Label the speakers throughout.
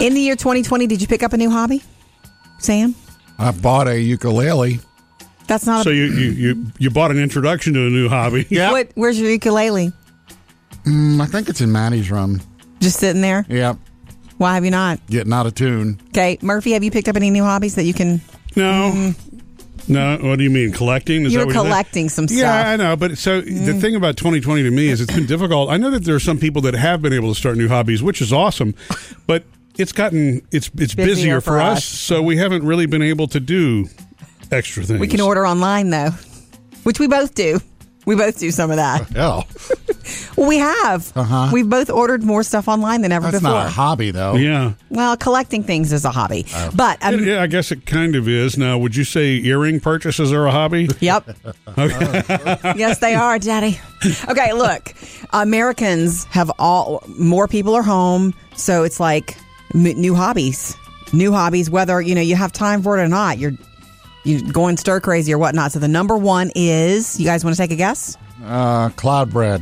Speaker 1: In the year 2020, did you pick up a new hobby, Sam?
Speaker 2: I bought a ukulele.
Speaker 1: That's not
Speaker 3: So
Speaker 1: a.
Speaker 3: you, you, you, you bought an introduction to a new hobby.
Speaker 2: Yeah.
Speaker 1: What? Where's your ukulele?
Speaker 2: Mm, I think it's in Maddie's room.
Speaker 1: Just sitting there.
Speaker 2: Yeah,
Speaker 1: Why have you not?
Speaker 2: getting out of tune.
Speaker 1: Okay, Murphy, have you picked up any new hobbies that you can?
Speaker 3: No. No. What do you mean collecting? Is
Speaker 1: you were
Speaker 3: that what you're saying?
Speaker 1: collecting some stuff.
Speaker 3: Yeah, I know. But so the thing about 2020 to me is it's been difficult. I know that there are some people that have been able to start new hobbies, which is awesome, but it's gotten it's it's busier, for, us, so we haven't really been able to do extra things.
Speaker 1: we can order online though, which we both do. We both do some of that.
Speaker 2: Hell,
Speaker 1: Well, we have.
Speaker 2: Uh-huh.
Speaker 1: We've both ordered more stuff online than ever
Speaker 2: that's
Speaker 1: before.
Speaker 2: not a Oh. hobby though.
Speaker 3: Yeah.
Speaker 1: well, collecting things is a hobby, but um,
Speaker 3: yeah, I guess it kind of is. Now, would you say earring purchases are a hobby?
Speaker 1: Yep. yes, they are, Daddy. Okay, look, Americans have all more people are home, so it's like m- new hobbies, new hobbies. Whether you know you have time for it or not, you're you going stir crazy or whatnot. So the number one is you guys want to take a guess?
Speaker 2: Uh, cloud bread.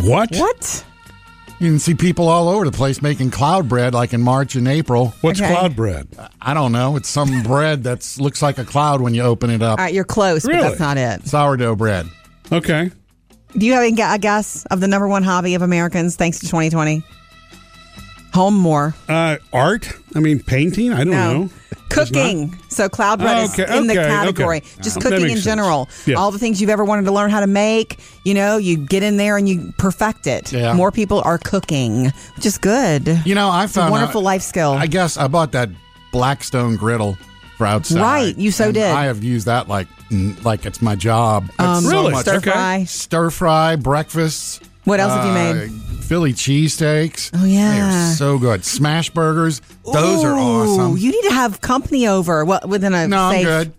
Speaker 3: What?
Speaker 1: What?
Speaker 2: You can see people all over the place making cloud bread, like in March and April.
Speaker 3: What's
Speaker 1: Okay.
Speaker 3: cloud bread?
Speaker 2: I don't know. It's some bread that looks like a cloud when you open it up.
Speaker 1: All right, you're close, but that's not
Speaker 3: Really?
Speaker 1: it.
Speaker 2: Sourdough bread.
Speaker 3: Okay.
Speaker 1: Do you have any, gu- a guess of the number one hobby of Americans thanks to 2020? Home more.
Speaker 3: Uh, art? I mean, painting? I don't know.
Speaker 1: Cooking. So cloud bread
Speaker 3: Oh,
Speaker 1: is
Speaker 3: okay,
Speaker 1: in the
Speaker 3: okay,
Speaker 1: category.
Speaker 3: okay.
Speaker 1: Just
Speaker 3: Uh, that
Speaker 1: cooking in
Speaker 3: makes sense.
Speaker 1: general.
Speaker 3: Yeah.
Speaker 1: All the things you've ever wanted to learn how to make, you know, you get in there and you perfect it.
Speaker 2: Yeah.
Speaker 1: More people are cooking, which is good.
Speaker 2: You know, I
Speaker 1: it's
Speaker 2: found
Speaker 1: a
Speaker 2: out-
Speaker 1: wonderful life skill.
Speaker 2: I guess I bought that Blackstone griddle for outside.
Speaker 1: Right, you so
Speaker 2: And
Speaker 1: did. Um,
Speaker 2: I have used that like mm, like it's my job. It's so
Speaker 3: Really?
Speaker 2: much.
Speaker 1: stir
Speaker 3: Okay.
Speaker 1: fry.
Speaker 2: Stir fry breakfasts. uh,
Speaker 1: What else have you made?
Speaker 2: Philly cheesesteaks.
Speaker 1: Oh, yeah.
Speaker 2: they're so good. Smash burgers. Those are
Speaker 1: Ooh,
Speaker 2: awesome.
Speaker 1: You need to have company over well, within a
Speaker 2: no, I'm
Speaker 1: safe
Speaker 2: good.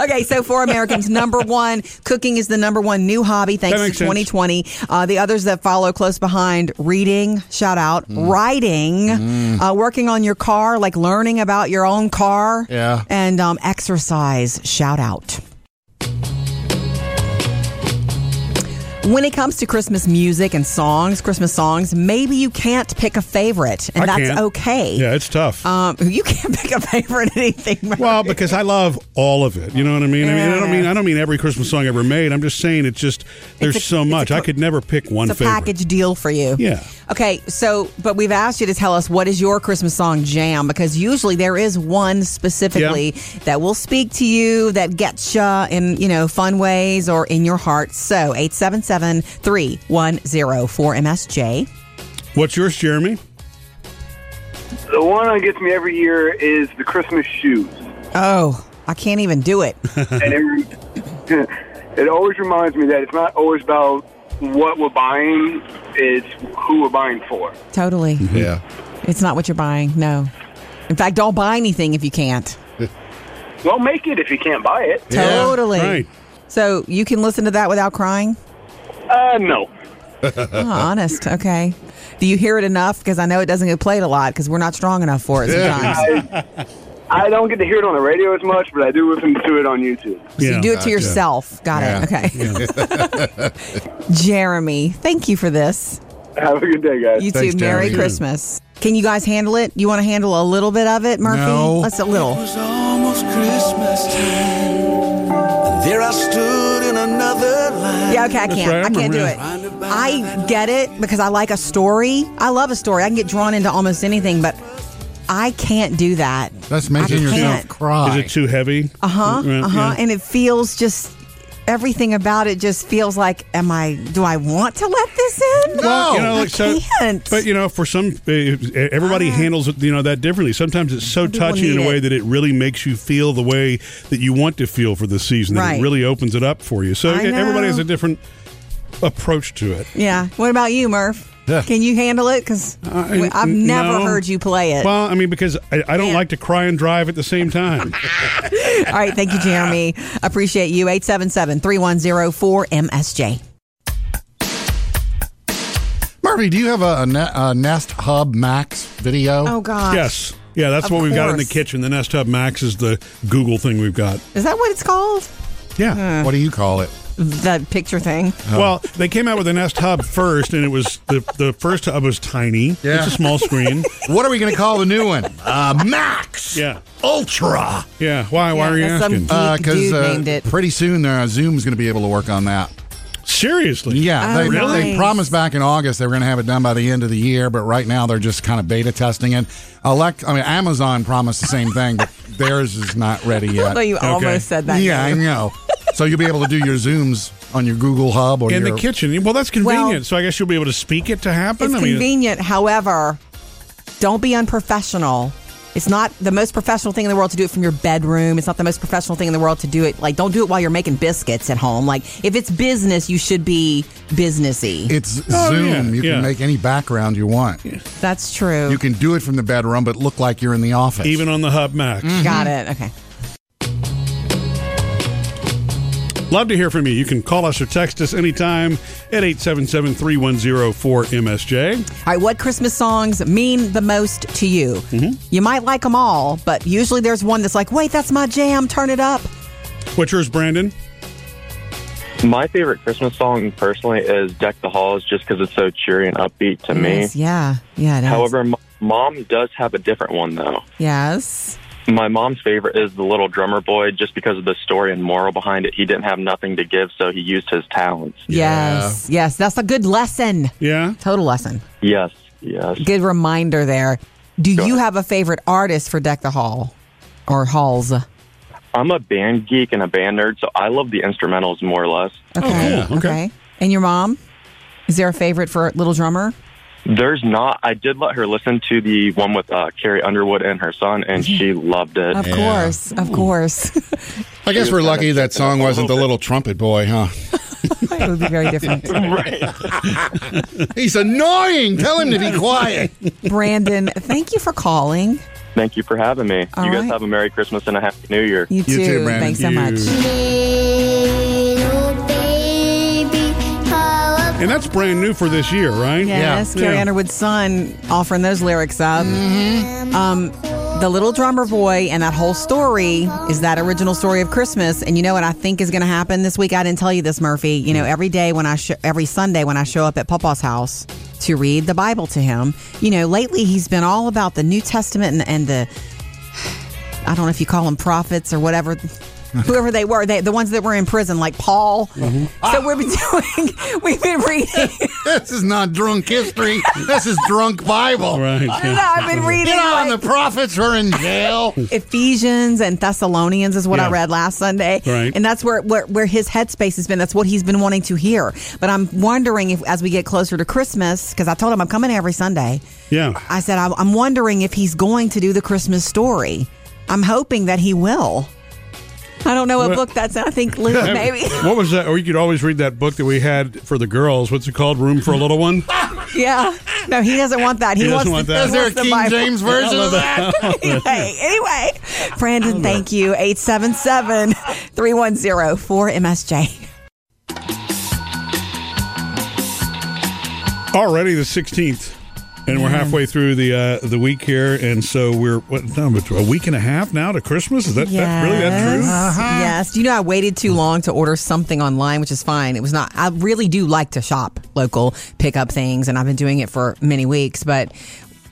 Speaker 1: Okay, so for Americans, number one, cooking is the number one new hobby thanks
Speaker 3: That
Speaker 1: to
Speaker 3: makes sense.
Speaker 1: 2020. Uh, the others that follow close behind reading, shout out,
Speaker 3: Mm.
Speaker 1: writing, uh, working on your car, like learning about your own car,
Speaker 2: Yeah.
Speaker 1: and um, exercise, shout out. When it comes to Christmas music and songs, Christmas songs, maybe you can't pick a favorite, and
Speaker 3: I
Speaker 1: that's
Speaker 3: can't.
Speaker 1: okay.
Speaker 3: Yeah, it's tough.
Speaker 1: Um, you can't pick a favorite anything.
Speaker 3: Well, because I love all of it. You know what I mean? I mean, I don't mean I don't mean every Christmas song ever made. I'm just saying it's just there's
Speaker 1: It's a-
Speaker 3: so
Speaker 1: it's a
Speaker 3: much. I
Speaker 1: co-
Speaker 3: could never pick one
Speaker 1: It's a
Speaker 3: favorite.
Speaker 1: package deal for you.
Speaker 3: Yeah.
Speaker 1: Okay, so but we've asked you to tell us what is your Christmas song jam because usually there is one specifically that will speak to you that gets you in you know fun ways or in your heart. So 877-310-4 MSJ.
Speaker 3: What's yours, Jeremy?
Speaker 4: The one that gets me every year is the Christmas shoes,
Speaker 1: Oh, I can't even do it.
Speaker 4: and it, it always reminds me that it's not always about what we're buying; it's who we're buying for.
Speaker 1: totally.
Speaker 2: Yeah.
Speaker 1: It's not what you're buying. No. In fact, don't buy anything if you can't.
Speaker 4: Well, make it if you can't buy it.
Speaker 2: Yeah,
Speaker 1: Totally.
Speaker 3: Right.
Speaker 1: So you can listen to that without crying?
Speaker 4: Uh, no.
Speaker 1: Oh, honest. Okay. Do you hear it enough? Because I know it doesn't get played a lot because we're not strong enough for it
Speaker 2: Yeah.
Speaker 1: sometimes.
Speaker 4: I don't get to hear it on the radio as much, but I do listen to it on YouTube.
Speaker 1: So
Speaker 3: Yeah.
Speaker 1: you do it to yourself. Got
Speaker 2: Yeah.
Speaker 1: it. Okay. Jeremy, thank you for this.
Speaker 4: Have a good day, guys.
Speaker 1: You
Speaker 2: Thanks,
Speaker 1: too. Merry
Speaker 2: Jeremy.
Speaker 1: Christmas. Can you guys handle it? You want to handle a little bit of it, Murphy?
Speaker 2: No.
Speaker 1: Let's a little.
Speaker 5: was almost Christmas time. And there I stood in another line.
Speaker 1: Yeah, okay, I can't.
Speaker 3: right,
Speaker 1: I can't do
Speaker 3: Maria.
Speaker 1: it. I get it because I like a story. I love a story. I can get drawn into almost anything, but I can't do that.
Speaker 2: That's making
Speaker 1: I
Speaker 2: yourself
Speaker 1: can't.
Speaker 2: cry.
Speaker 3: Is it too heavy?
Speaker 1: Uh huh.
Speaker 3: Yeah.
Speaker 1: Uh huh. And it feels just everything about it just feels like, am I? Do I want to let this in?
Speaker 2: No.
Speaker 3: you know,
Speaker 1: I
Speaker 3: like so,
Speaker 1: can't.
Speaker 3: but you know, for some, uh, everybody handles it, you know that differently. Sometimes it's so
Speaker 1: Some people
Speaker 3: touching in
Speaker 1: need
Speaker 3: a way
Speaker 1: it.
Speaker 3: that it really makes you feel the way that you want to feel for the season. that
Speaker 1: Right.
Speaker 3: it really opens it up for you. So
Speaker 1: I
Speaker 3: yeah, everybody has
Speaker 1: know.
Speaker 3: a different approach to it.
Speaker 1: yeah. What about you, Murph?
Speaker 2: Yeah.
Speaker 1: Can you handle it? Because
Speaker 3: I-
Speaker 1: I've never
Speaker 3: no.
Speaker 1: heard you play it.
Speaker 3: Well, I mean, because I, I don't
Speaker 1: Yeah.
Speaker 3: like to cry and drive at the same time.
Speaker 1: All right. Thank you, Jeremy. Appreciate you. 877 3104 MSJ.
Speaker 2: Murphy, do you have a, a, ne- a Nest Hub Max video?
Speaker 1: Oh, God.
Speaker 3: Yes. Yeah, that's
Speaker 1: Of
Speaker 3: what we've got in the
Speaker 1: course.
Speaker 3: kitchen. The Nest Hub Max is the Google thing we've got.
Speaker 1: Is that what it's called?
Speaker 3: Yeah.
Speaker 2: What do you call it?
Speaker 1: that picture thing.
Speaker 3: Well, they came out with a Nest Hub first, and it was the the first hub was tiny.
Speaker 2: Yeah.
Speaker 3: It's a small screen.
Speaker 2: What are we going to call the new one? Uh, Max.
Speaker 3: Yeah.
Speaker 2: Ultra. Uh,
Speaker 3: Yeah. Why? Why
Speaker 1: Yeah,
Speaker 3: are you
Speaker 1: that's some-
Speaker 3: asking?
Speaker 1: Geek dude named it.
Speaker 2: pretty soon uh, Zoom's going to be able to work on that.
Speaker 3: Seriously?
Speaker 2: Yeah,
Speaker 1: Oh,
Speaker 2: they,
Speaker 1: really?
Speaker 2: they promised back in August they were going to have it done by the end of the year, but right now they're just kind of beta testing it. Elect, I mean, Amazon promised the same thing, but theirs is not ready yet.
Speaker 1: Although you
Speaker 3: Uh, Okay.
Speaker 1: almost said that.
Speaker 2: yeah, I know. So you'll be able to do your Zooms on your Google Hub or
Speaker 3: In the
Speaker 2: your
Speaker 3: kitchen. Well, that's convenient.
Speaker 1: Well-
Speaker 3: so I guess you'll be able to speak it to happen.
Speaker 1: It's
Speaker 3: I mean,
Speaker 1: convenient. However, don't be unprofessional. It's not the most professional thing in the world to do it from your bedroom. It's not the most professional thing in the world to do it. Like, don't do it while you're making biscuits at home. Like, if it's business, you should be businessy.
Speaker 2: It's
Speaker 3: Oh,
Speaker 2: Zoom.
Speaker 3: yeah,
Speaker 2: you
Speaker 3: yeah.
Speaker 2: can make any background you want.
Speaker 1: That's true.
Speaker 2: You can do it from the bedroom, but look like you're in the office.
Speaker 3: even on the Hub Max.
Speaker 2: Mm.
Speaker 1: Got it. Okay.
Speaker 3: Love to hear from you. You can call us or text us anytime at 877 310 4MSJ.
Speaker 1: All right. What Christmas songs mean the most to you? You might like them all, but usually there's one that's like, wait, that's my jam. Turn it up.
Speaker 3: What's yours, Brandon?
Speaker 6: My favorite Christmas song personally is Deck the Halls just because it's so cheery and upbeat to me.
Speaker 1: Yes, yeah. Yeah. It is.
Speaker 6: However, m- mom does have a different one though.
Speaker 1: yes.
Speaker 6: My mom's favorite is The Little Drummer Boy just because of the story and moral behind it. He didn't have nothing to give, so he used his talents.
Speaker 1: Yes. Yes. That's a good lesson.
Speaker 3: Yeah.
Speaker 1: Total lesson.
Speaker 6: Yes, yes.
Speaker 1: Good reminder there. Do
Speaker 6: Go
Speaker 1: you
Speaker 6: ahead.
Speaker 1: have a favorite artist for Deck the Hall or Halls? Okay.
Speaker 6: I'm a band geek and a band nerd, so I love the instrumentals more or less.
Speaker 3: cool. Okay.
Speaker 1: And your mom? Is there a favorite for Little Drummer?
Speaker 6: There's not. I did let her listen to the one with uh, Carrie Underwood and her son, and she loved it.
Speaker 1: Of course. Of course.
Speaker 2: I guess we're lucky that song wasn't the little trumpet boy, huh?
Speaker 1: it would be very different.
Speaker 2: He's annoying. Tell him to be quiet.
Speaker 1: Brandon, thank you for calling.
Speaker 6: Thank you for having me.
Speaker 1: All
Speaker 6: you guys
Speaker 1: right.
Speaker 6: have a Merry Christmas and a Happy New Year.
Speaker 1: You,
Speaker 2: You too, Brandon.
Speaker 1: Thanks so
Speaker 3: You-
Speaker 1: much.
Speaker 7: Little baby, how
Speaker 3: And that's brand new for this year, right?
Speaker 1: Yes,
Speaker 3: Yeah.
Speaker 1: Carrie
Speaker 3: Yeah.
Speaker 1: Underwood's son offering those lyrics up.
Speaker 3: Mm-hmm.
Speaker 1: Um, the Little Drummer Boy and that whole story is that original story of Christmas. And you know what I think is going to happen this week? I didn't tell you this, Murphy. You
Speaker 3: Mm.
Speaker 1: know, every day when I sho- every Sunday when I show up at Papa's house to read the Bible to him, you know, lately he's been all about the New Testament and, and the I don't know if you call them prophets or whatever. Whoever they were, they, the ones that were in prison, like Paul.
Speaker 3: Mm-hmm.
Speaker 1: So we've been doing, we've been reading.
Speaker 2: This is not drunk history. This is drunk Bible.
Speaker 3: Right. yeah.
Speaker 1: No, I've been reading.
Speaker 2: Get on,
Speaker 1: like,
Speaker 2: the prophets were in jail.
Speaker 1: Ephesians and Thessalonians is what I
Speaker 3: Yeah.
Speaker 1: read last Sunday,
Speaker 3: Right.
Speaker 1: and that's where, where where his headspace has been. That's what he's been wanting to hear. But I'm wondering if, as we get closer to Christmas, because I told him I'm coming every Sunday.
Speaker 3: Yeah.
Speaker 1: I said I'm, I'm wondering if he's going to do the Christmas story. I'm hoping that he will. I don't know what
Speaker 3: Well-
Speaker 1: book that's. in. I think Luke maybe.
Speaker 3: What was that? Or you could always read that book that we had for the girls. What's it called? Room for a Little One?
Speaker 1: yeah. No, he doesn't want that. He,
Speaker 3: He
Speaker 1: wants
Speaker 3: doesn't want
Speaker 1: the,
Speaker 3: that.
Speaker 1: he
Speaker 2: Is there a
Speaker 1: wants the
Speaker 2: King
Speaker 1: Bible.
Speaker 2: James version of that?
Speaker 1: anyway, anyway, Brandon, thank you. 877 310 4MSJ.
Speaker 3: Already the 16th. And we're halfway through the uh, the week here, and so we're what no, but a week and a half now to Christmas. Is that, that really that true?
Speaker 1: Yes. Do you know I waited too long to order something online, which is fine. It was not, I really do like to shop local, pick up things, and I've been doing it for many weeks, but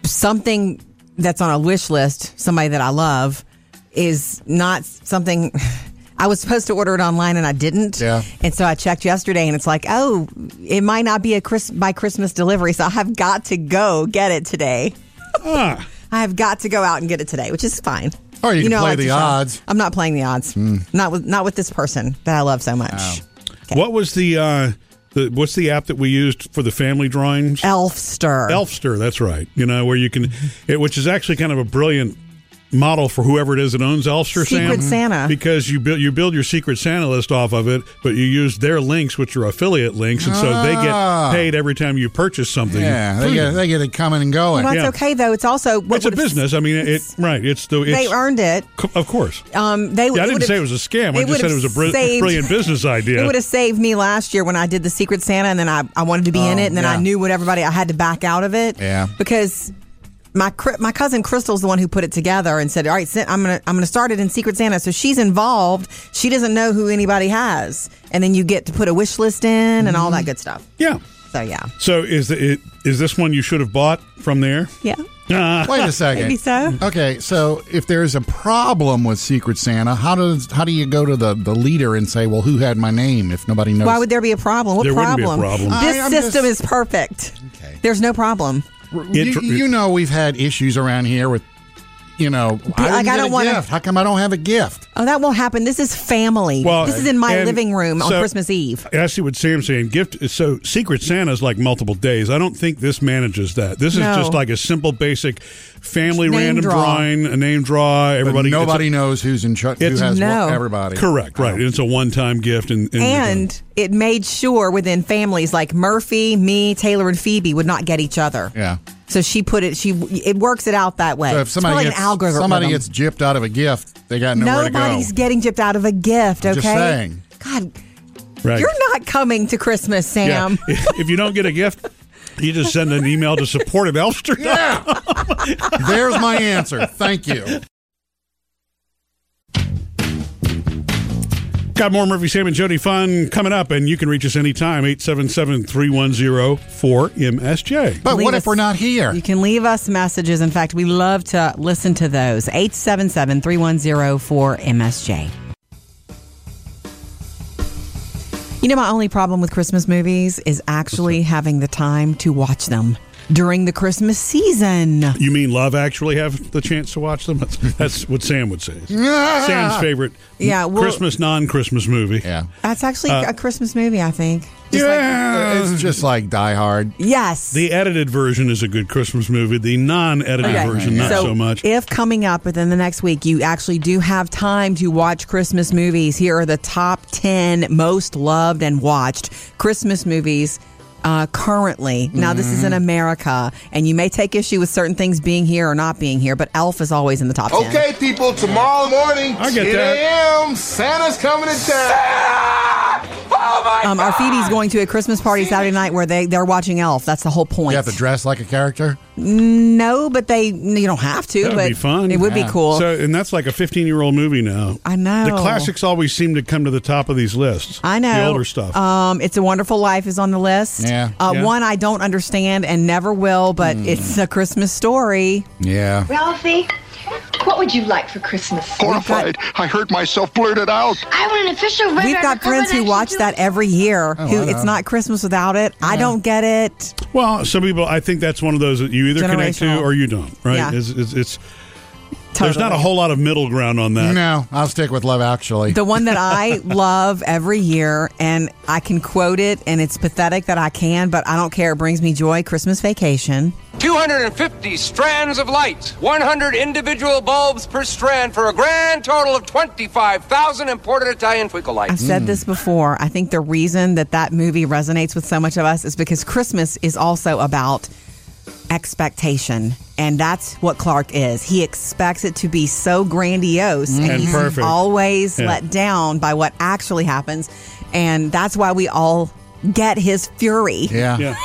Speaker 1: something that's on a wish list, somebody that I love, is not something. I was supposed to order it online and I didn't.
Speaker 2: Yeah.
Speaker 1: And so I checked yesterday and it's like, oh, it might not be a Chris- by Christmas delivery. So I have got to go get it today.
Speaker 3: Ah,
Speaker 1: I have got to go out and get it today, which is fine.
Speaker 2: Or you can
Speaker 1: I
Speaker 2: play
Speaker 1: to
Speaker 2: the
Speaker 1: shop.
Speaker 2: odds.
Speaker 1: I'm not playing the odds.
Speaker 3: Hmm.
Speaker 1: Not with not with this person that I love so much.
Speaker 3: What was the uh the what's the app that we used for the family drawings?
Speaker 1: Elfster.
Speaker 3: Elfster, that's right. You know, where you can it, which is actually kind of a brilliant model for whoever it is that owns Elfster
Speaker 1: Secret
Speaker 3: Sam,
Speaker 1: Santa.
Speaker 3: Because you build you build your Secret Santa list off of it, but you use their links, which are affiliate links, and so they
Speaker 2: Ah.
Speaker 3: get paid every time you purchase something.
Speaker 2: Yeah, they get, they get it coming and going.
Speaker 1: Well, that's
Speaker 3: yeah.
Speaker 1: okay though. It's also what
Speaker 3: it's a
Speaker 1: would've-
Speaker 3: business. I mean, it right. It's the
Speaker 1: They
Speaker 3: it's,
Speaker 1: earned it.
Speaker 3: c- of course.
Speaker 1: Um, they.
Speaker 3: Yeah, I didn't
Speaker 1: would've-
Speaker 3: say it was a scam. I just
Speaker 1: would've
Speaker 3: said it was a bri-
Speaker 1: saved-
Speaker 3: brilliant business idea.
Speaker 1: It would have saved me last year when I did the Secret
Speaker 3: Oh,
Speaker 1: Santa, and then I, I wanted to be in it, and then I
Speaker 2: yeah.
Speaker 1: knew what everybody I had to back out of it.
Speaker 2: Yeah.
Speaker 1: because my cri- my cousin Crystal's the one who put it together and said, "All right, Sa- I'm gonna I'm gonna start it in Secret Santa." So she's involved. She doesn't know who anybody has, and then you get to put a wish list in and all that good stuff.
Speaker 3: Yeah.
Speaker 1: So yeah,
Speaker 3: So is the, it, is this one you should have bought from there?
Speaker 1: yeah,
Speaker 3: Ah,
Speaker 2: Wait a second.
Speaker 1: maybe so.
Speaker 2: Okay, so if there's a problem with Secret Santa, how does how do you go to the, the leader and say, "Well, who had my name?" If nobody knows,
Speaker 1: Why would there be a problem? What
Speaker 3: There wouldn't be a
Speaker 1: problem?
Speaker 3: problem.
Speaker 1: This
Speaker 2: I- I'm
Speaker 1: system is
Speaker 2: just-
Speaker 1: perfect.
Speaker 2: Okay.
Speaker 1: There's no problem.
Speaker 2: you,
Speaker 3: It-
Speaker 2: you know we've had issues around here with, you know, I
Speaker 1: Like,
Speaker 2: didn't
Speaker 1: I
Speaker 2: get
Speaker 1: don't
Speaker 2: a
Speaker 1: wanna-
Speaker 2: gift. How come I don't have a gift?
Speaker 1: Oh, that won't happen. This is family.
Speaker 3: Well,
Speaker 1: this is in my
Speaker 3: and
Speaker 1: living room on
Speaker 3: so-
Speaker 1: Christmas Eve.
Speaker 3: I see what Sam's saying. Gift so Secret Santa's like multiple days. I don't think this manages that. This
Speaker 1: No.
Speaker 3: is just like a simple, basic family
Speaker 1: Name
Speaker 3: random
Speaker 1: draw.
Speaker 3: drawing, a name draw. Everybody,
Speaker 2: Everybody,
Speaker 3: it's a-
Speaker 2: nobody knows who's in charge. Who
Speaker 3: It's-
Speaker 2: has
Speaker 1: No.
Speaker 2: what, everybody?
Speaker 3: correct, right? It's a one-time gift, and and,
Speaker 1: And it made sure within families like Murphy, me, Taylor, and Phoebe would not get each other.
Speaker 2: Yeah.
Speaker 1: So she put it. She it works it out that way.
Speaker 2: So if
Speaker 1: it's
Speaker 2: somebody
Speaker 1: more like
Speaker 2: gets,
Speaker 1: an algorithm.
Speaker 2: somebody gets gypped out of a gift, they got nowhere
Speaker 1: nobody's
Speaker 2: to go.
Speaker 1: getting gypped out of a gift. Okay,
Speaker 2: Just saying.
Speaker 1: God,
Speaker 3: right.
Speaker 1: you're not coming to Christmas,
Speaker 3: Yeah.
Speaker 1: Sam.
Speaker 3: if you don't get a gift, you just send an email to support at Elster.
Speaker 2: yeah. There's my answer. Thank you.
Speaker 3: Got more Murphy, Sam, and Jody fun coming up, and you can reach us anytime 877 310 4MSJ.
Speaker 2: But
Speaker 1: Leave
Speaker 2: what
Speaker 1: us-
Speaker 2: if we're not here?
Speaker 1: You can leave us messages. In fact, we love to listen to those. 877-310-4MSJ. You know, my only problem with Christmas movies is actually having the time to watch them during the Christmas season.
Speaker 3: You mean love actually have the chance to watch them? That's, that's what Sam would say. Sam's favorite
Speaker 1: Yeah, well-
Speaker 3: Christmas, non Christmas movie.
Speaker 2: yeah.
Speaker 1: That's actually a Christmas movie, I think. Just like-
Speaker 3: yeah.
Speaker 2: It's just like Die Hard.
Speaker 1: yes.
Speaker 3: uh, the edited version is a good Christmas movie. The non-edited
Speaker 1: Okay.
Speaker 3: version, not so, much.
Speaker 1: If coming up within the next week, you actually do have time to watch Christmas movies, here are the top 10 most loved and watched Christmas movies. Uh, currently, now this is in
Speaker 3: Mm-hmm.
Speaker 1: America, and you may take issue with certain things being here or not being here, but Elf is always in the top 10.
Speaker 8: Okay, people, tomorrow morning,
Speaker 3: I get
Speaker 8: 10
Speaker 3: that.
Speaker 8: a.m., Santa's coming to town. Oh, my
Speaker 1: Um, our Phoebe's going to a Christmas party Saturday night where they, they're watching Elf. That's the whole point.
Speaker 2: You have to dress like a character.
Speaker 1: no, but they you don't have to.
Speaker 3: That'd
Speaker 1: but
Speaker 3: be fun.
Speaker 1: It would
Speaker 2: Yeah.
Speaker 1: be cool.
Speaker 3: So, and that's like a 15-year-old movie now.
Speaker 1: I know.
Speaker 3: The classics always seem to come to the top of these lists.
Speaker 1: I know.
Speaker 3: the older stuff.
Speaker 1: Um, it's a Wonderful Life is on the list.
Speaker 2: Yeah. Hmm.
Speaker 1: Uh,
Speaker 3: Yeah.
Speaker 1: One I don't understand and never will, but it's a Christmas story.
Speaker 2: Yeah.
Speaker 9: Ralphie, what would you like for Christmas?
Speaker 8: Horrified, I heard myself blurted out.
Speaker 7: I want an official record.
Speaker 1: We've got friends who watch that every year.
Speaker 2: Oh,
Speaker 1: who
Speaker 2: I know.
Speaker 1: it's not Christmas without it. I don't get it.
Speaker 3: well, some people, I think that's one of those that you either connect to
Speaker 1: Generational.
Speaker 3: or you don't. Right?
Speaker 1: Yeah.
Speaker 3: It's, it's, it's there's not a
Speaker 1: Totally.
Speaker 3: whole lot of middle ground on that.
Speaker 2: No, I'll stick with Love Actually.
Speaker 1: The one that I love every year, and I can quote it, and it's pathetic that I can, but I don't care. It brings me joy. Christmas Vacation.
Speaker 10: 250 strands of light, 100 individual bulbs per strand for a grand total of 25,000 imported Italian twinkle lights.
Speaker 1: I've said this before. I think the reason that that movie resonates with so much of us is because Christmas is also about expectation. And that's what Clark is. He expects it to be so grandiose and,
Speaker 3: And
Speaker 1: he's
Speaker 3: perfect.
Speaker 1: always
Speaker 3: Yeah.
Speaker 1: let down by what actually happens. And that's why we all get his fury.
Speaker 2: yeah.
Speaker 3: Yeah.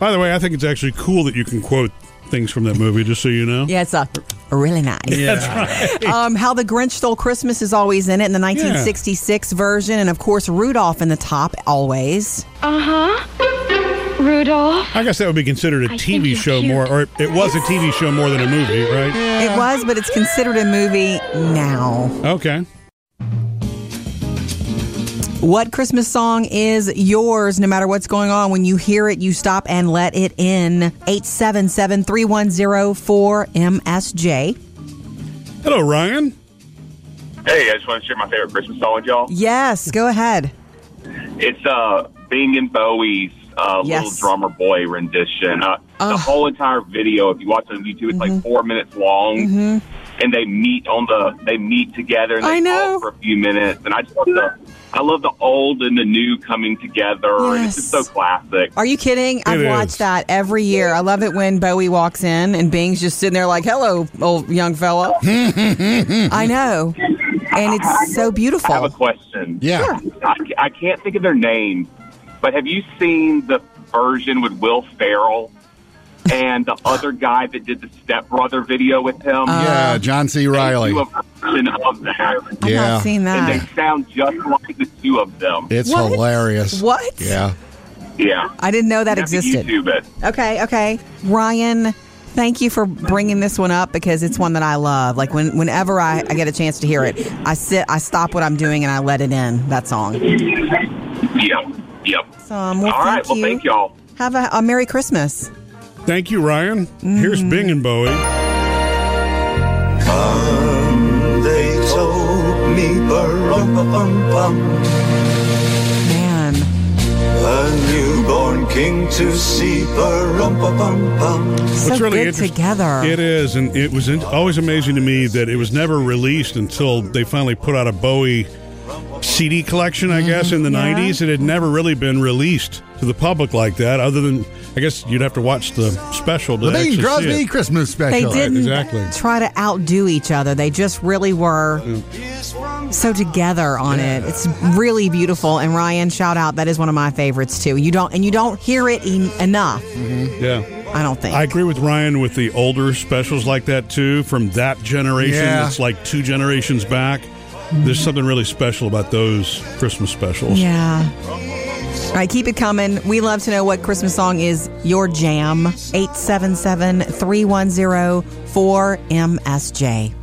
Speaker 3: By the way, I think it's actually cool that you can quote things from that movie. Just so you know.
Speaker 1: Yeah, it's a really nice. That's right. Um, How the Grinch Stole Christmas is always in it in the 1966 version, and of course Rudolph in the top always.
Speaker 7: Uh huh. Rudolph.
Speaker 3: I guess that would be considered a
Speaker 7: I think
Speaker 3: TV
Speaker 7: you're
Speaker 3: show
Speaker 7: cute.
Speaker 3: more, or it- it was a TV show more than a movie, right?
Speaker 1: It was, but it's considered a movie now.
Speaker 3: Okay.
Speaker 1: What Christmas song is yours? No matter what's going on, when you hear it, you stop and let it in. 877 310 4MSJ.
Speaker 3: Hello, Ryan.
Speaker 10: Hey, I just want to share my favorite Christmas song with y'all.
Speaker 1: Yes, go ahead.
Speaker 10: It's uh, Bing and Bowie's uh,
Speaker 1: Yes.
Speaker 10: Little Drummer Boy rendition. Uh,
Speaker 1: Ugh. Mm-hmm.
Speaker 10: the whole entire video, if you watch it on YouTube, it's like four minutes long. And they meet on the they meet together and they
Speaker 1: I know.
Speaker 10: talk for a few minutes. And I just love the I love the old and the new coming together. And it's just so
Speaker 1: Yes.
Speaker 10: classic.
Speaker 1: Are you kidding? I've
Speaker 3: is.
Speaker 1: watched that every year. I love it when Bowie walks in and Bing's just sitting there like, hello, old young fella. I know. And it's so
Speaker 10: I have a
Speaker 1: beautiful.
Speaker 10: question.
Speaker 2: Yeah.
Speaker 10: I, I can't think of their name, but have you seen the version with Will Ferrell?
Speaker 11: and the other guy that did the stepbrother video with him.
Speaker 1: Uh,
Speaker 2: yeah, John C. Riley.
Speaker 11: Two of version of that.
Speaker 2: I've Yeah. not seen that.
Speaker 11: And they sound just like the two of them.
Speaker 2: It's
Speaker 1: What?
Speaker 2: hilarious.
Speaker 1: What?
Speaker 2: Yeah.
Speaker 11: Yeah.
Speaker 1: I didn't know that
Speaker 11: You have to
Speaker 1: existed.
Speaker 11: YouTube it.
Speaker 1: Okay, okay. Ryan, thank you for bringing this one up because it's one that I love. Like when, whenever I, I get a chance to hear it, I sit, I stop what I'm doing, and I let it in. That song.
Speaker 11: Yep. Yep.
Speaker 1: Um, well,
Speaker 11: All right.
Speaker 1: thank
Speaker 11: Well,
Speaker 1: you.
Speaker 11: thank y'all.
Speaker 1: Have a, a Merry Christmas.
Speaker 3: Thank you, Ryan. Here's
Speaker 1: Mm.
Speaker 3: Bing and Bowie.
Speaker 5: They told me, "Ba-rum-ba-bum-bum."
Speaker 1: Man.
Speaker 5: A newborn king to see, "Ba-rum-ba-bum-bum."
Speaker 3: What's really
Speaker 1: good
Speaker 3: interest-
Speaker 1: together.
Speaker 3: It is, and it was in- always amazing to me that it was never released until they finally put out a Bowie CD collection, I guess, in the
Speaker 1: Mm-hmm. Yeah.
Speaker 3: 90s. It had never really been released to the public like that, other than, I guess, you'd have to watch the special to
Speaker 2: The Bing
Speaker 3: actually
Speaker 2: Crosby
Speaker 3: see it.
Speaker 2: Christmas
Speaker 1: They
Speaker 2: special.
Speaker 1: didn't
Speaker 3: exactly.
Speaker 1: try to outdo each other. They just really were so together on it. It's really beautiful. And Ryan, shout out. That is one of my favorites too. You don't and you don't hear it en- enough.
Speaker 3: Yeah.
Speaker 1: I don't think.
Speaker 3: I agree with Ryan with the older specials like that too, from that generation.
Speaker 2: Yeah. Mm-hmm.
Speaker 3: It's like two generations back. There's something really special about those Christmas specials.
Speaker 1: Yeah. All right, keep it coming. We love to know what Christmas song is your jam. 877 310 4MSJ.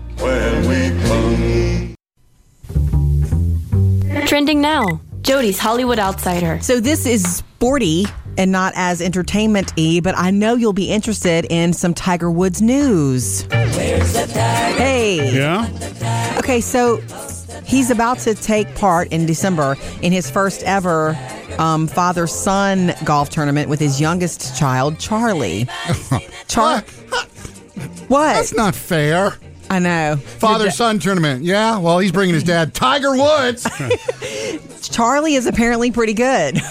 Speaker 12: Trending now. Jody's Hollywood Outsider.
Speaker 1: So this is sporty and not as entertainment y, but I know you'll be interested in some Tiger Woods news. Hey.
Speaker 3: Yeah?
Speaker 1: Okay, so he's about to take part in December in his first ever um, father son golf tournament with his youngest child, Charlie. Char- what? That's
Speaker 2: not fair.
Speaker 1: I know.
Speaker 2: Father son tournament. Yeah. Well, he's bringing his dad, Tiger Woods.
Speaker 1: Charlie is apparently pretty good.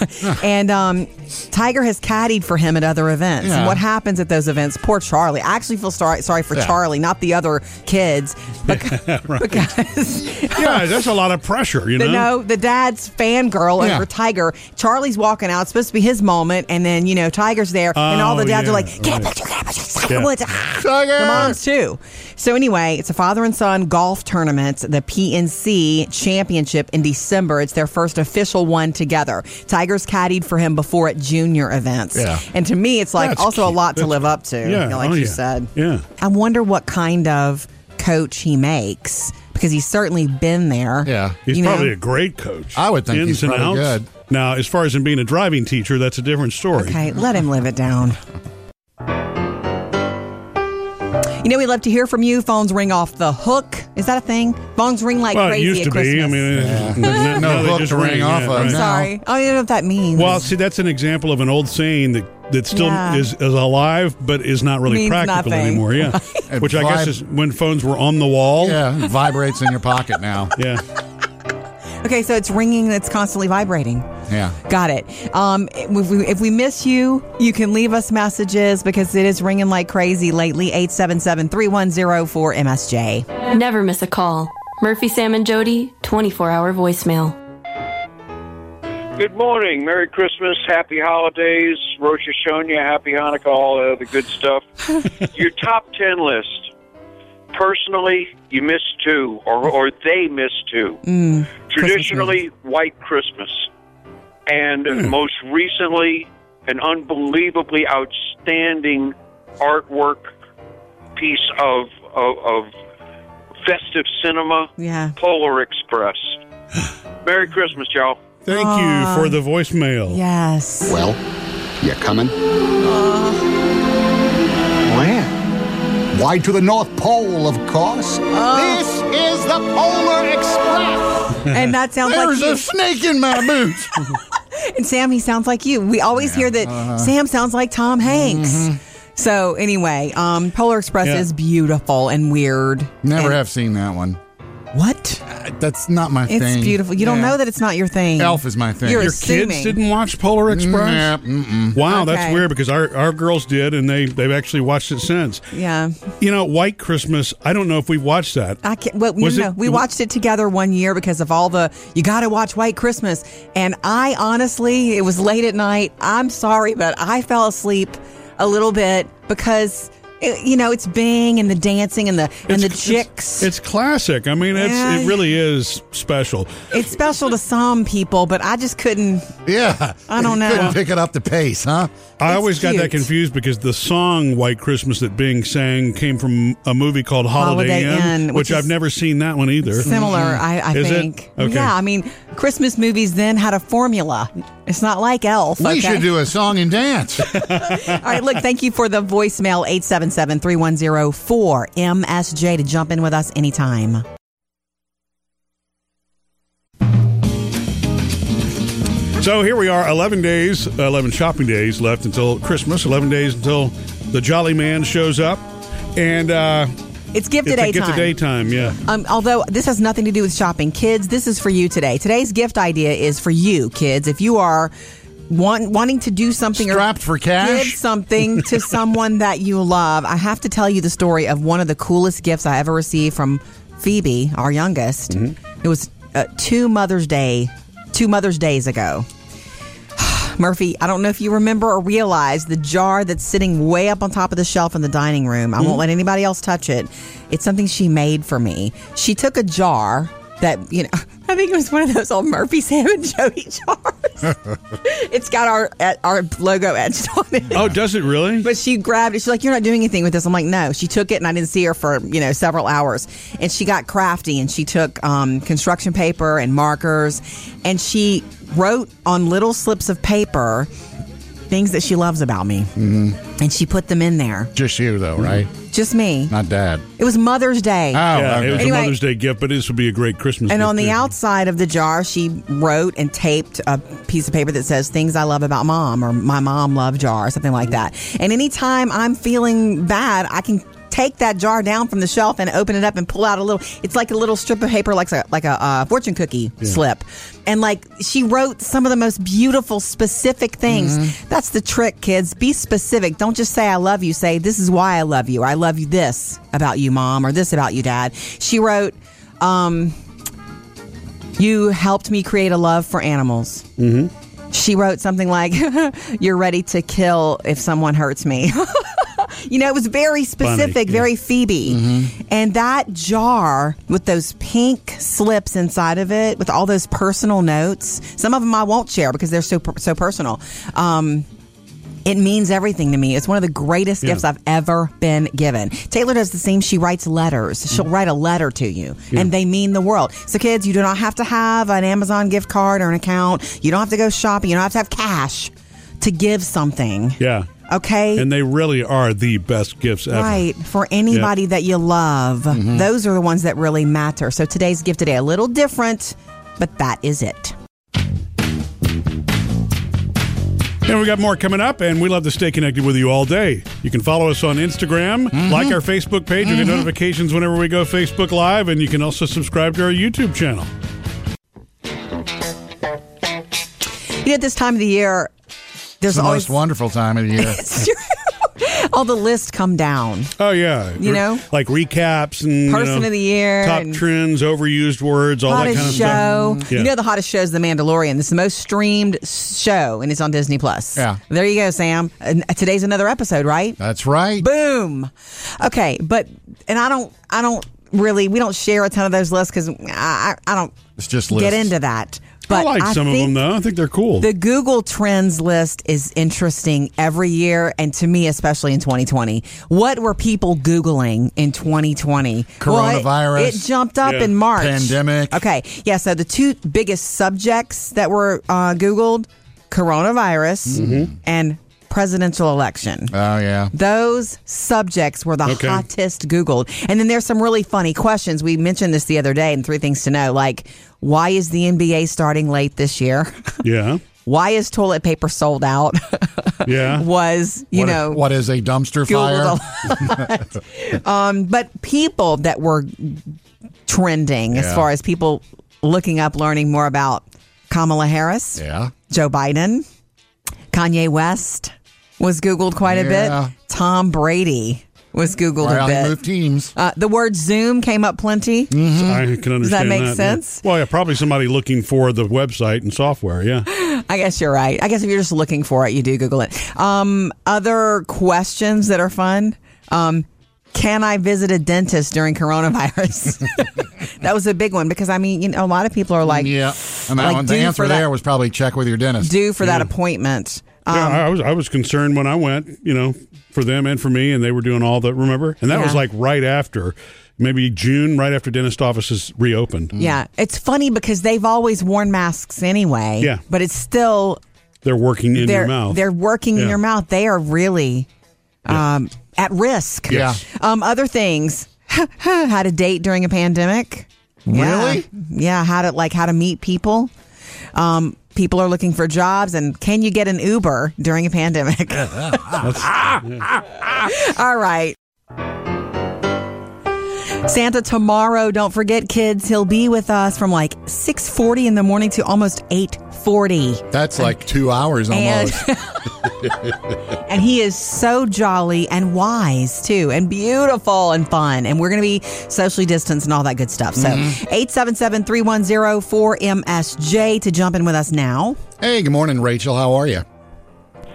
Speaker 1: and um, Tiger has caddied for him at other events. And
Speaker 2: Yeah.
Speaker 1: what happens at those events? Poor Charlie. I actually feel sorry, sorry for
Speaker 3: Yeah.
Speaker 1: Charlie, not the other kids.
Speaker 3: Right. yeah, that's a lot of pressure, you
Speaker 1: the,
Speaker 3: know?
Speaker 1: no, the dad's fangirl
Speaker 3: Yeah.
Speaker 1: over Tiger. Charlie's walking out. It's supposed to be his moment. And then, you know, Tiger's there. and all the
Speaker 3: Oh,
Speaker 1: dads
Speaker 3: yeah,
Speaker 1: are like, get
Speaker 3: right.
Speaker 1: up, get up,
Speaker 3: Yeah.
Speaker 1: Tiger Woods. ah." The moms too. So anyway, it's a father and son golf tournament, the PNC Championship in December. It's their first official one together. Tiger's caddied for him before at junior events.
Speaker 3: Yeah.
Speaker 1: And to me, it's like
Speaker 3: That's
Speaker 1: also a
Speaker 3: cute.
Speaker 1: lot to
Speaker 3: That's-
Speaker 1: live up to.
Speaker 3: Yeah,
Speaker 1: you know, like
Speaker 3: oh,
Speaker 1: you
Speaker 3: yeah.
Speaker 1: said.
Speaker 3: Yeah.
Speaker 1: I wonder what kind of coach he makes because he's certainly been there. Yeah.
Speaker 3: He's probably a great coach. I would
Speaker 2: think he's probably good.
Speaker 3: Now, as far as him being a driving teacher, that's a different story.
Speaker 1: Okay, let him live it down. You know, we love to hear from you. Phones ring off the hook. Is that a thing? Phones ring like
Speaker 3: well, it
Speaker 1: crazy
Speaker 3: used
Speaker 1: at
Speaker 3: to
Speaker 1: Christmas.
Speaker 3: be. I mean, it-
Speaker 2: Yeah.
Speaker 3: n-
Speaker 2: No
Speaker 3: n- now they
Speaker 2: hook
Speaker 3: just
Speaker 2: to ring off of
Speaker 1: I'm
Speaker 3: right.
Speaker 1: sorry. I don't know what that means.
Speaker 3: Well, see, that's an example of an old saying that, that still
Speaker 1: Yeah.
Speaker 3: is, is alive, but is not really
Speaker 1: Means
Speaker 3: practical
Speaker 1: nothing.
Speaker 3: anymore. Yeah,
Speaker 2: And
Speaker 3: which I guess
Speaker 2: vib-
Speaker 3: is when phones were on the
Speaker 13: Oh.
Speaker 3: wall.
Speaker 2: Yeah, it vibrates in your pocket now.
Speaker 3: Yeah,
Speaker 1: okay, so it's ringing. It's constantly vibrating.
Speaker 2: yeah.
Speaker 1: Got it. Um, if, we, if we miss you, you can leave us messages because it is ringing like crazy lately. 877 310 4MSJ.
Speaker 12: Never miss a call. Murphy, Sam, and Jody, 24 hour voicemail.
Speaker 14: Good morning. Merry Christmas. Happy holidays. Rosh Hashanah. Happy Hanukkah. All the other good stuff. Your top 10 list. Personally, you miss two, or, or they miss two.
Speaker 15: Mm.
Speaker 14: Traditionally, White Christmas. And most recently, an unbelievably outstanding artwork piece of, of, of festive cinema,
Speaker 1: Yeah.
Speaker 14: Polar Express. Merry Christmas, y'all.
Speaker 3: thank
Speaker 1: Aw.
Speaker 3: you for the voicemail.
Speaker 1: Yes.
Speaker 13: Well, you coming?
Speaker 1: Uh,
Speaker 13: Where? Why to the North Pole, of course.
Speaker 1: This
Speaker 2: is the Polar Express.
Speaker 1: And that sounds
Speaker 2: There's
Speaker 1: like you.
Speaker 2: a snake in my boots.
Speaker 1: And Sam, he sounds like you. We always hear that
Speaker 2: uh-huh.
Speaker 1: Sam sounds like Tom Hanks. So anyway, um, Polar Express
Speaker 2: Yeah.
Speaker 1: is beautiful and weird.
Speaker 2: Never
Speaker 1: And
Speaker 2: have seen that one.
Speaker 1: What?
Speaker 2: That's not my
Speaker 1: It's
Speaker 2: thing.
Speaker 1: beautiful. You don't
Speaker 2: Yeah.
Speaker 1: know that it's not your thing.
Speaker 2: Elf is my thing.
Speaker 1: You're
Speaker 3: Your
Speaker 1: assuming.
Speaker 3: kids didn't watch Polar Express?
Speaker 2: Nah,
Speaker 3: Wow, that's
Speaker 1: Okay.
Speaker 3: weird because our, our girls did, and they they've actually watched it since.
Speaker 1: Yeah.
Speaker 3: You know, White Christmas. I don't know if we've watched that.
Speaker 1: I can't. Well, no,
Speaker 3: Was
Speaker 1: no,
Speaker 3: it-
Speaker 1: we watched it together one year because of all the you got to watch White Christmas, and I honestly, it was late at night. I'm sorry, but I fell asleep. a little bit because it, you know it's Bing and the dancing and the and the chicks.
Speaker 3: It's, it's classic. I mean, it's
Speaker 1: Yeah.
Speaker 3: it really is special.
Speaker 1: It's special to some people, but I just couldn't.
Speaker 2: Yeah,
Speaker 1: I don't know.
Speaker 2: Couldn't pick it up the pace, huh?
Speaker 3: I always got that
Speaker 1: cute.
Speaker 3: confused because the song "White Christmas" that Bing sang came from a movie called Holiday,
Speaker 1: Holiday
Speaker 3: Inn,
Speaker 1: Inn,
Speaker 3: which,
Speaker 1: which
Speaker 3: I've
Speaker 1: is
Speaker 3: never seen that one either.
Speaker 1: Similar, I, I
Speaker 3: Is it?
Speaker 1: think.
Speaker 3: Okay.
Speaker 1: Yeah, I mean, Christmas movies then had a formula. It's not like Elf.
Speaker 2: We
Speaker 1: okay?
Speaker 2: should do a song and dance.
Speaker 1: All right, look, thank you for the voicemail 877 310 4MSJ to jump in with us anytime.
Speaker 3: So here we are, 11 days, 11 shopping days left until Christmas, 11 days until the Jolly Man shows up. And uh,
Speaker 1: It's gift today
Speaker 3: Gift
Speaker 1: time.
Speaker 3: today time, yeah.
Speaker 1: Um, although this has nothing to do with shopping, kids, this is for you today. Today's gift idea is for you, kids. If you are want, wanting to do something
Speaker 2: Strapped
Speaker 1: or
Speaker 2: for cash?
Speaker 1: give something to someone that you love, I have to tell you the story of one of the coolest gifts I ever received from Phoebe, our youngest.
Speaker 2: Mm-hmm.
Speaker 1: It was uh, two Mother's Day, two Mother's Days ago. Murphy, I don't know if you remember or realize the jar that's sitting way up on top of the shelf in the dining room. I
Speaker 15: Mhm.
Speaker 1: won't let anybody else touch it. It's something she made for me. She took a jar that, you know, I think it was one of those old Murphy Sam and Jody jars. it's got our at- our logo etched on it.
Speaker 3: Oh, does it really?
Speaker 1: But she grabbed it. She's like, "You're not doing anything with this." I'm like, "No." She took it, and I didn't see her for you know several hours. And she got crafty, and she took um, construction paper and markers, and she wrote on little slips of paper things that she loves about me, mm-hmm. and she put them in there.
Speaker 2: Just you, though, right?
Speaker 1: Just me.
Speaker 2: Not dad. Oh,
Speaker 1: It was Mother's Day.
Speaker 2: Ah.
Speaker 3: yeah, it was
Speaker 1: Anyway,
Speaker 3: a Mother's Day gift, but this would be a great Christmas
Speaker 1: and
Speaker 3: gift,
Speaker 1: on the
Speaker 3: too.
Speaker 1: outside of the jar, she wrote and taped a piece of paper that says "Things I Love About Mom" or "My Mom Love Jar" or something like that. And anytime I'm feeling bad, I can take that jar down from the shelf and open it up and pull out a little. It's like a little strip of paper, like a like a uh, fortune cookie
Speaker 15: Yeah.
Speaker 1: slip. And like she wrote some of the most beautiful, specific things. That's the trick, kids. Be specific. Don't just say I love you. Say this is why I love you. Or, I love you this about you, mom, or this about you, dad. She wrote. Um, you helped me create a love for animals. Mm-hmm. She wrote something like, You're ready to kill if someone hurts me. you know, it was very specific,
Speaker 15: Funny, yeah. Mm-hmm.
Speaker 1: very Phoebe. And that jar with those pink slips inside of it, with all those personal notes, some of them I won't share because they're so, per- so personal. Um, it means everything to me. It's one of the greatest
Speaker 15: Yeah.
Speaker 1: gifts I've ever been given. Taylor does the same. She writes letters. She'll write a letter to you,
Speaker 15: Yeah.
Speaker 1: and they mean the world. So, kids, you do not have to have an Amazon gift card or an account. You don't have to go shopping. You don't have to have cash to give something.
Speaker 3: Yeah.
Speaker 1: Okay.
Speaker 3: And they really are the best gifts ever.
Speaker 1: Right. For anybody that you love, those are the ones that really matter. So today's gift today, a little different, but that is it.
Speaker 3: And we got more coming up, and we love to stay connected with you all day. You can follow us on Instagram,
Speaker 1: Mm-hmm.
Speaker 3: like our Facebook page, you get notifications whenever we go Facebook Live, and you can also subscribe to our YouTube channel.
Speaker 1: You know, at this time of the year,
Speaker 2: It's
Speaker 1: there's
Speaker 2: the
Speaker 1: always
Speaker 2: most wonderful time of the year.
Speaker 1: all the lists come down.
Speaker 3: Oh yeah,
Speaker 1: You know?
Speaker 3: like recaps and you
Speaker 1: Person
Speaker 3: know,
Speaker 1: of the year
Speaker 3: top
Speaker 1: and-
Speaker 3: trends, overused words, all that
Speaker 1: hottest
Speaker 3: kind
Speaker 1: show.
Speaker 3: of stuff. Mm, Mm-hmm. Yeah.
Speaker 1: You know the hottest show is The Mandalorian. It's the most streamed show, and it's on Disney Plus. Yeah, there you go, Sam. And uh, today's another episode, right?
Speaker 2: That's right.
Speaker 1: Boom. Okay, but and I don't, I don't really, we don't share a ton of those lists because I, I, I don't.
Speaker 2: It's just
Speaker 1: get
Speaker 2: lists.
Speaker 1: into that. But
Speaker 3: I like some of
Speaker 1: think
Speaker 3: them though. I think they're cool.
Speaker 1: the Google Trends list is interesting every year, and to me, especially in 2020. What were people Googling in 2020? Well,
Speaker 2: Coronavirus.
Speaker 1: it, it jumped up
Speaker 2: Yeah.
Speaker 1: in March.
Speaker 2: Pandemic.
Speaker 1: Okay. Yeah. So the two biggest subjects that were uh, Googled coronavirus
Speaker 2: Mm-hmm.
Speaker 1: and presidential election.
Speaker 2: Oh, yeah.
Speaker 1: Those subjects were the
Speaker 2: Okay.
Speaker 1: hottest Googled. And then there's some really funny questions. We mentioned this the other day in Three Things to Know, like why is the NBA starting late this year?
Speaker 3: Yeah.
Speaker 1: why is toilet paper sold out?
Speaker 3: Yeah.
Speaker 1: was, you
Speaker 2: What-
Speaker 1: know,
Speaker 2: what is a dumpster fire?
Speaker 1: Googled a lot. um, but people that were trending as
Speaker 2: Yeah.
Speaker 1: far as people looking up, learning more about Kamala Harris,
Speaker 2: Yeah.
Speaker 1: Joe Biden, Kanye West was Googled quite
Speaker 2: Yeah.
Speaker 1: a bit. Tom Brady was Googled
Speaker 2: Why
Speaker 1: a
Speaker 2: I
Speaker 1: bit.
Speaker 2: moved teams.
Speaker 1: Uh, the word Zoom came up plenty.
Speaker 3: I can understand
Speaker 1: Mm-hmm. Does that make
Speaker 3: yeah.
Speaker 1: sense?
Speaker 3: Well, yeah, probably somebody looking for the website and software. Yeah.
Speaker 1: I guess you're right. I guess if you're just looking for it, you do Google it. Um, other questions that are fun. Um, can I visit a dentist during coronavirus? that was a big one because I mean, you know, a lot of people are like,
Speaker 2: yeah, And that
Speaker 1: like,
Speaker 2: one, the
Speaker 1: due
Speaker 2: answer
Speaker 1: for that-
Speaker 2: there was probably check with your dentist.
Speaker 1: due for that appointment. Um,
Speaker 3: yeah, I I was I was concerned when I went, you know, for them and for me, and they were doing all the remember, and that was
Speaker 1: Yeah.
Speaker 3: like right after, maybe June, right after dentist offices reopened.
Speaker 1: Yeah, it's funny because they've always worn masks anyway.
Speaker 3: Yeah.
Speaker 1: but it's still
Speaker 3: they're working in
Speaker 1: they're
Speaker 3: your mouth.
Speaker 1: they're working in
Speaker 3: Yeah.
Speaker 1: your mouth. They are really um, at risk.
Speaker 3: Yes.
Speaker 1: Um, other things, how to date during a pandemic. Yeah.
Speaker 2: Really?
Speaker 1: Yeah. How to like how to meet people. Um, people are looking for jobs, and can you get an Uber during a pandemic? All right. Santa tomorrow. Don't forget, kids. He'll be with us from like six forty in the morning to almost eight forty.
Speaker 2: That's like two hours
Speaker 1: And-
Speaker 2: almost.
Speaker 1: And he is so jolly and wise too, and beautiful and fun. And we're going to be socially distanced and all that good stuff. So
Speaker 2: Mhm.
Speaker 1: eight seven seven three one zero four msj to jump in with us now.
Speaker 2: hey, good morning, Rachel. How are you?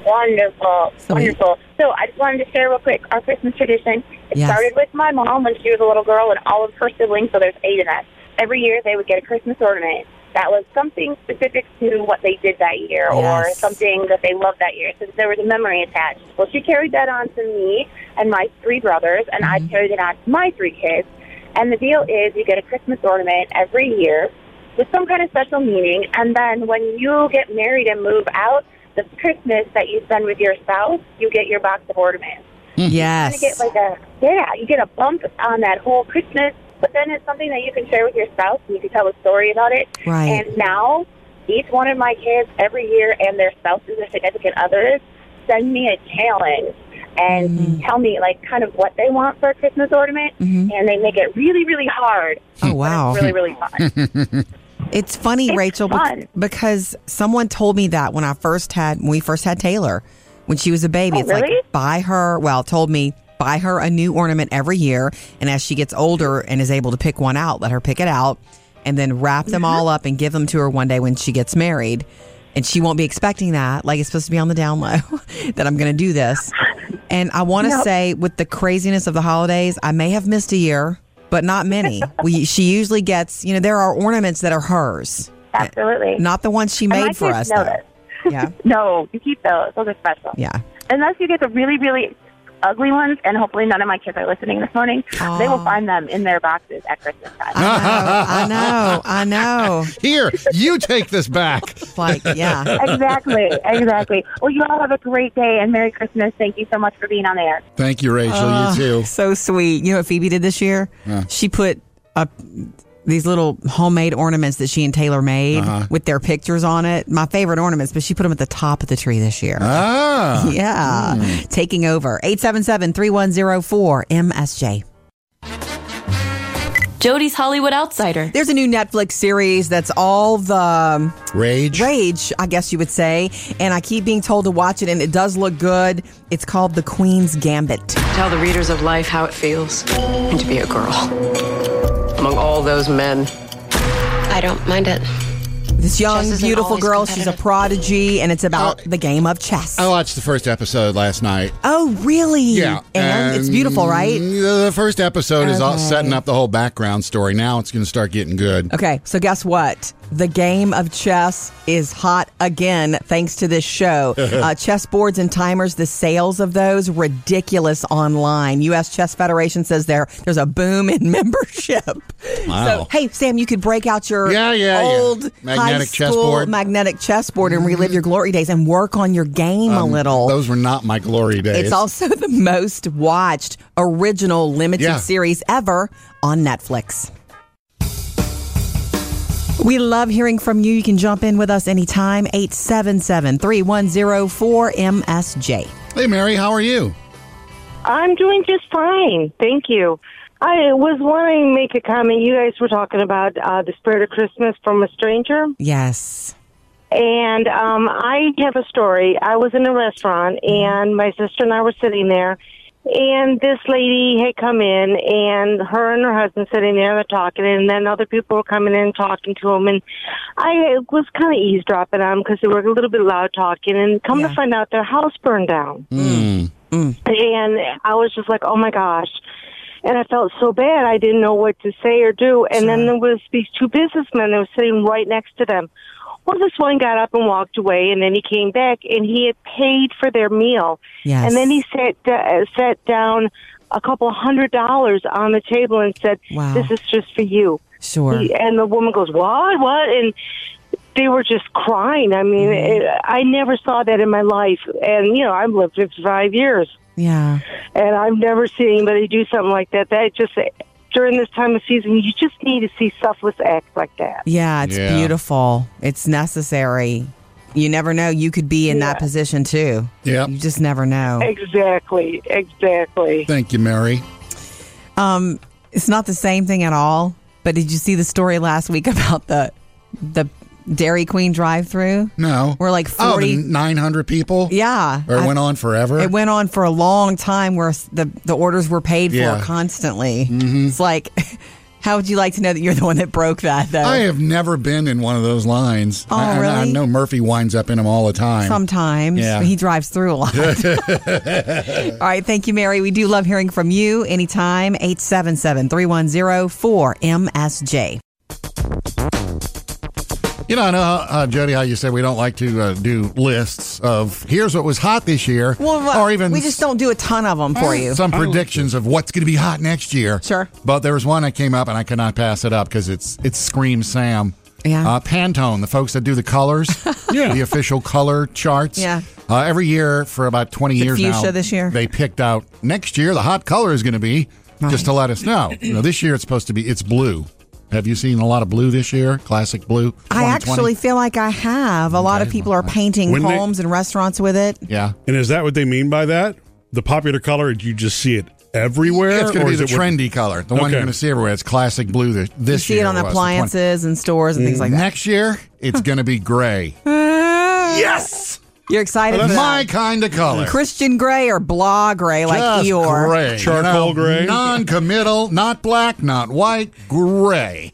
Speaker 15: Wonderful, wonderful. So I just wanted to share real quick our Christmas tradition. It
Speaker 2: Yes.
Speaker 15: started with my mom when she was a little girl and all of her siblings, so there's eight of us. Every year they would get a Christmas ornament that was something specific to what they did that year or
Speaker 16: Yes.
Speaker 15: something that they loved that year. So there was a memory attached. Well, she carried that on to me and my three brothers, and I carried it on to my three kids. And the deal is you get a Christmas ornament every year with some kind of special meaning. And then when you get married and move out, the Christmas that you spend with your spouse, you get your box of ornaments.
Speaker 1: Yes.
Speaker 15: You kind of get like a yeah, you get a bump on that whole Christmas, but then it's something that you can share with your spouse and you can tell a story about it.
Speaker 1: Right.
Speaker 15: And now, each one of my kids every year and their spouses or significant others send me a challenge and
Speaker 1: Mm.
Speaker 15: tell me like kind of what they want for a Christmas ornament,
Speaker 1: Mm-hmm.
Speaker 15: and they make it really really hard.
Speaker 1: Oh wow!
Speaker 15: Really really fun.
Speaker 1: It's funny, Rachel, bec-
Speaker 15: fun.
Speaker 1: because someone told me that when I first had when we first had Taylor, when she was a baby,
Speaker 15: Oh,
Speaker 1: it's
Speaker 15: really?
Speaker 1: like buy her. Well, told me buy her a new ornament every year, and as she gets older and is able to pick one out, let her pick it out, and then wrap them all up and give them to her one day when she gets married. And she won't be expecting that. Like it's supposed to be on the down low that I'm going to do this. And I want to
Speaker 15: Yep.
Speaker 1: say, with the craziness of the holidays, I may have missed a year, but not many. we she usually gets, you know, there are ornaments that are hers.
Speaker 15: Absolutely.
Speaker 1: Not the ones she
Speaker 15: And my
Speaker 1: made for us.
Speaker 15: kids know
Speaker 1: Though.
Speaker 15: this. no, you keep those. Those are special.
Speaker 1: Yeah.
Speaker 15: Unless you get the really, really ugly ones, and hopefully none of my kids are listening this morning, they will find them in their boxes at Christmas time.
Speaker 1: I know. I know.
Speaker 2: Here, you take this back.
Speaker 1: Like,
Speaker 15: exactly. Exactly. Well, you all have a great day and Merry Christmas. Thank you so much for being on the air.
Speaker 2: Thank you, Rachel.
Speaker 1: Ah,
Speaker 2: you too.
Speaker 1: So sweet. You know what Phoebe did this year?
Speaker 2: Huh.
Speaker 1: She put up these little homemade ornaments that she and Taylor made
Speaker 2: Uh-huh.
Speaker 1: with their pictures on it. My favorite ornaments, but she put them at the top of the tree this year.
Speaker 2: Ah.
Speaker 1: Yeah. Taking over. 877-3104-MSJ.
Speaker 12: Jody's Hollywood Outsider.
Speaker 1: There's a new Netflix series that's all the um,
Speaker 2: rage,
Speaker 1: rage, I guess you would say. And I keep being told to watch it, and it does look good. It's called The Queen's Gambit.
Speaker 17: Tell the readers of life how it feels and to be a girl among all those men. I don't mind it.
Speaker 1: This young,
Speaker 17: Chess isn't
Speaker 1: beautiful
Speaker 17: always Oh.
Speaker 1: girl. She's a prodigy, and it's about the game of chess.
Speaker 2: I watched the first episode last night.
Speaker 1: Oh, really?
Speaker 2: Yeah,
Speaker 1: And, it's beautiful, right?
Speaker 2: The the first episode is all
Speaker 1: Okay.
Speaker 2: setting up the whole background story. Now it's going to start getting good.
Speaker 1: Okay, so guess what? The game of chess is hot again thanks to this show. uh, chess boards and timers, the sales of those ridiculous online. U.S. Chess Federation says there there's a boom in membership. So,
Speaker 2: Wow.
Speaker 1: hey, Sam, you could break out your
Speaker 2: Yeah, yeah, yeah.
Speaker 1: old high
Speaker 2: Magnetic
Speaker 1: school
Speaker 2: chessboard. Mm-hmm.
Speaker 1: magnetic chessboard and relive your glory days and work on your game a
Speaker 2: Um,
Speaker 1: little.
Speaker 2: Those were not my glory days.
Speaker 1: It's also the most watched original limited
Speaker 2: Yeah.
Speaker 1: series ever on Netflix. We love hearing from you. You can jump in with us anytime, 877 msj
Speaker 2: Hey, Mary, how are you?
Speaker 18: I'm doing just fine. Thank you. I was wanting to make a comment. You guys were talking about uh, the spirit of Christmas from a stranger.
Speaker 1: Yes.
Speaker 18: And um, I have a story. I was in a restaurant, and my sister and I were sitting there, And this lady had come in, and her and her husband sitting there they're talking, and then other people were coming in and talking to them. And I was kind of eavesdropping on them because they were a little bit loud talking. And come to find out, their house burned down. And I was just like, oh my gosh. And I felt so bad. I didn't know what to say or do. And then there was these two businessmen that were sitting right next to them. Well, this one got up and walked away, and then he came back, and he had paid for their meal.
Speaker 16: Yes.
Speaker 18: And then he sat da- sat down a couple hundred dollars on the table and said,
Speaker 16: Wow.
Speaker 18: "This is just for you."
Speaker 16: Sure.
Speaker 18: He- and the woman goes, "What? What?" And they were just crying. I mean, it, I never saw that in my life, and you know, I've lived 55 years.
Speaker 1: Yeah.
Speaker 18: And I've never seen anybody do something like that. That just during this time of season, you just need to see selfless acts like that.
Speaker 1: Yeah, it's
Speaker 18: Yeah.
Speaker 1: beautiful. It's necessary. You never know. You could be in that position too. Yeah. You just never know.
Speaker 18: Exactly. Exactly.
Speaker 2: Thank you, Mary.
Speaker 1: Um, it's not the same thing at all. But did you see the story last week about the the Dairy Queen drive-through?
Speaker 2: No.
Speaker 1: We're like
Speaker 2: Oh, the
Speaker 1: forty.
Speaker 2: 900 people?
Speaker 1: Yeah.
Speaker 2: Or it
Speaker 1: I-
Speaker 2: went on forever?
Speaker 1: It went on for a long time where s- the, the orders were paid
Speaker 2: Yeah. Mm-hmm.
Speaker 1: for constantly. It's like, how would you like to know that you're the one that broke that, though?
Speaker 2: I have never been in one of those lines.
Speaker 1: Oh,
Speaker 2: I, I- I
Speaker 1: really?
Speaker 2: know Murphy winds up in them all the time.
Speaker 1: Sometimes.
Speaker 2: Yeah.
Speaker 1: He drives through a lot. All right. Thank you, Mary. We do love hearing from you anytime. 877 310 4MSJ.
Speaker 2: You know, I know, uh, Jody, how you said we don't like to uh, do lists of here's what was hot this year, or even Mm.
Speaker 1: we just don't do a ton of them for you.
Speaker 2: Some predictions of what's going to be hot next year. Sure. But there was one that came up, and I could not pass it up because it's it's Scream Sam.
Speaker 1: Yeah.
Speaker 2: Uh, Pantone, the folks that do the colors, yeah. the official color charts.
Speaker 1: Yeah.
Speaker 2: Uh, every year for about 20
Speaker 1: Is it
Speaker 2: years now.
Speaker 1: fuchsia this year?
Speaker 2: They picked out next year the hot color is going to be just to let us know. You know, This year it's supposed to be, it's blue. Have you seen a lot of blue this year? Classic blue?
Speaker 1: I
Speaker 2: 2020?
Speaker 1: actually feel like I have. A lot of people are painting
Speaker 3: When they-
Speaker 1: homes and restaurants with it.
Speaker 2: Yeah.
Speaker 3: And is that what they mean by that? The popular color, you just see it everywhere?
Speaker 2: Yeah, it's going
Speaker 3: or
Speaker 2: to be
Speaker 3: is
Speaker 2: the
Speaker 3: it what-
Speaker 2: trendy color, the one you're
Speaker 3: Okay.
Speaker 2: going to see everywhere. It's classic blue this, this
Speaker 1: you see
Speaker 2: year
Speaker 1: it on
Speaker 2: was, the Mm-hmm.
Speaker 1: appliances and stores and things like that.
Speaker 2: Next year, it's going to be gray.
Speaker 1: yes. You're excited
Speaker 2: Oh,
Speaker 1: for
Speaker 2: that's
Speaker 1: that.
Speaker 2: my kind of color.
Speaker 1: Christian gray or blah gray, like
Speaker 2: Just
Speaker 1: Eeyore.
Speaker 2: gray, you know, non-committal, not black, not white, gray.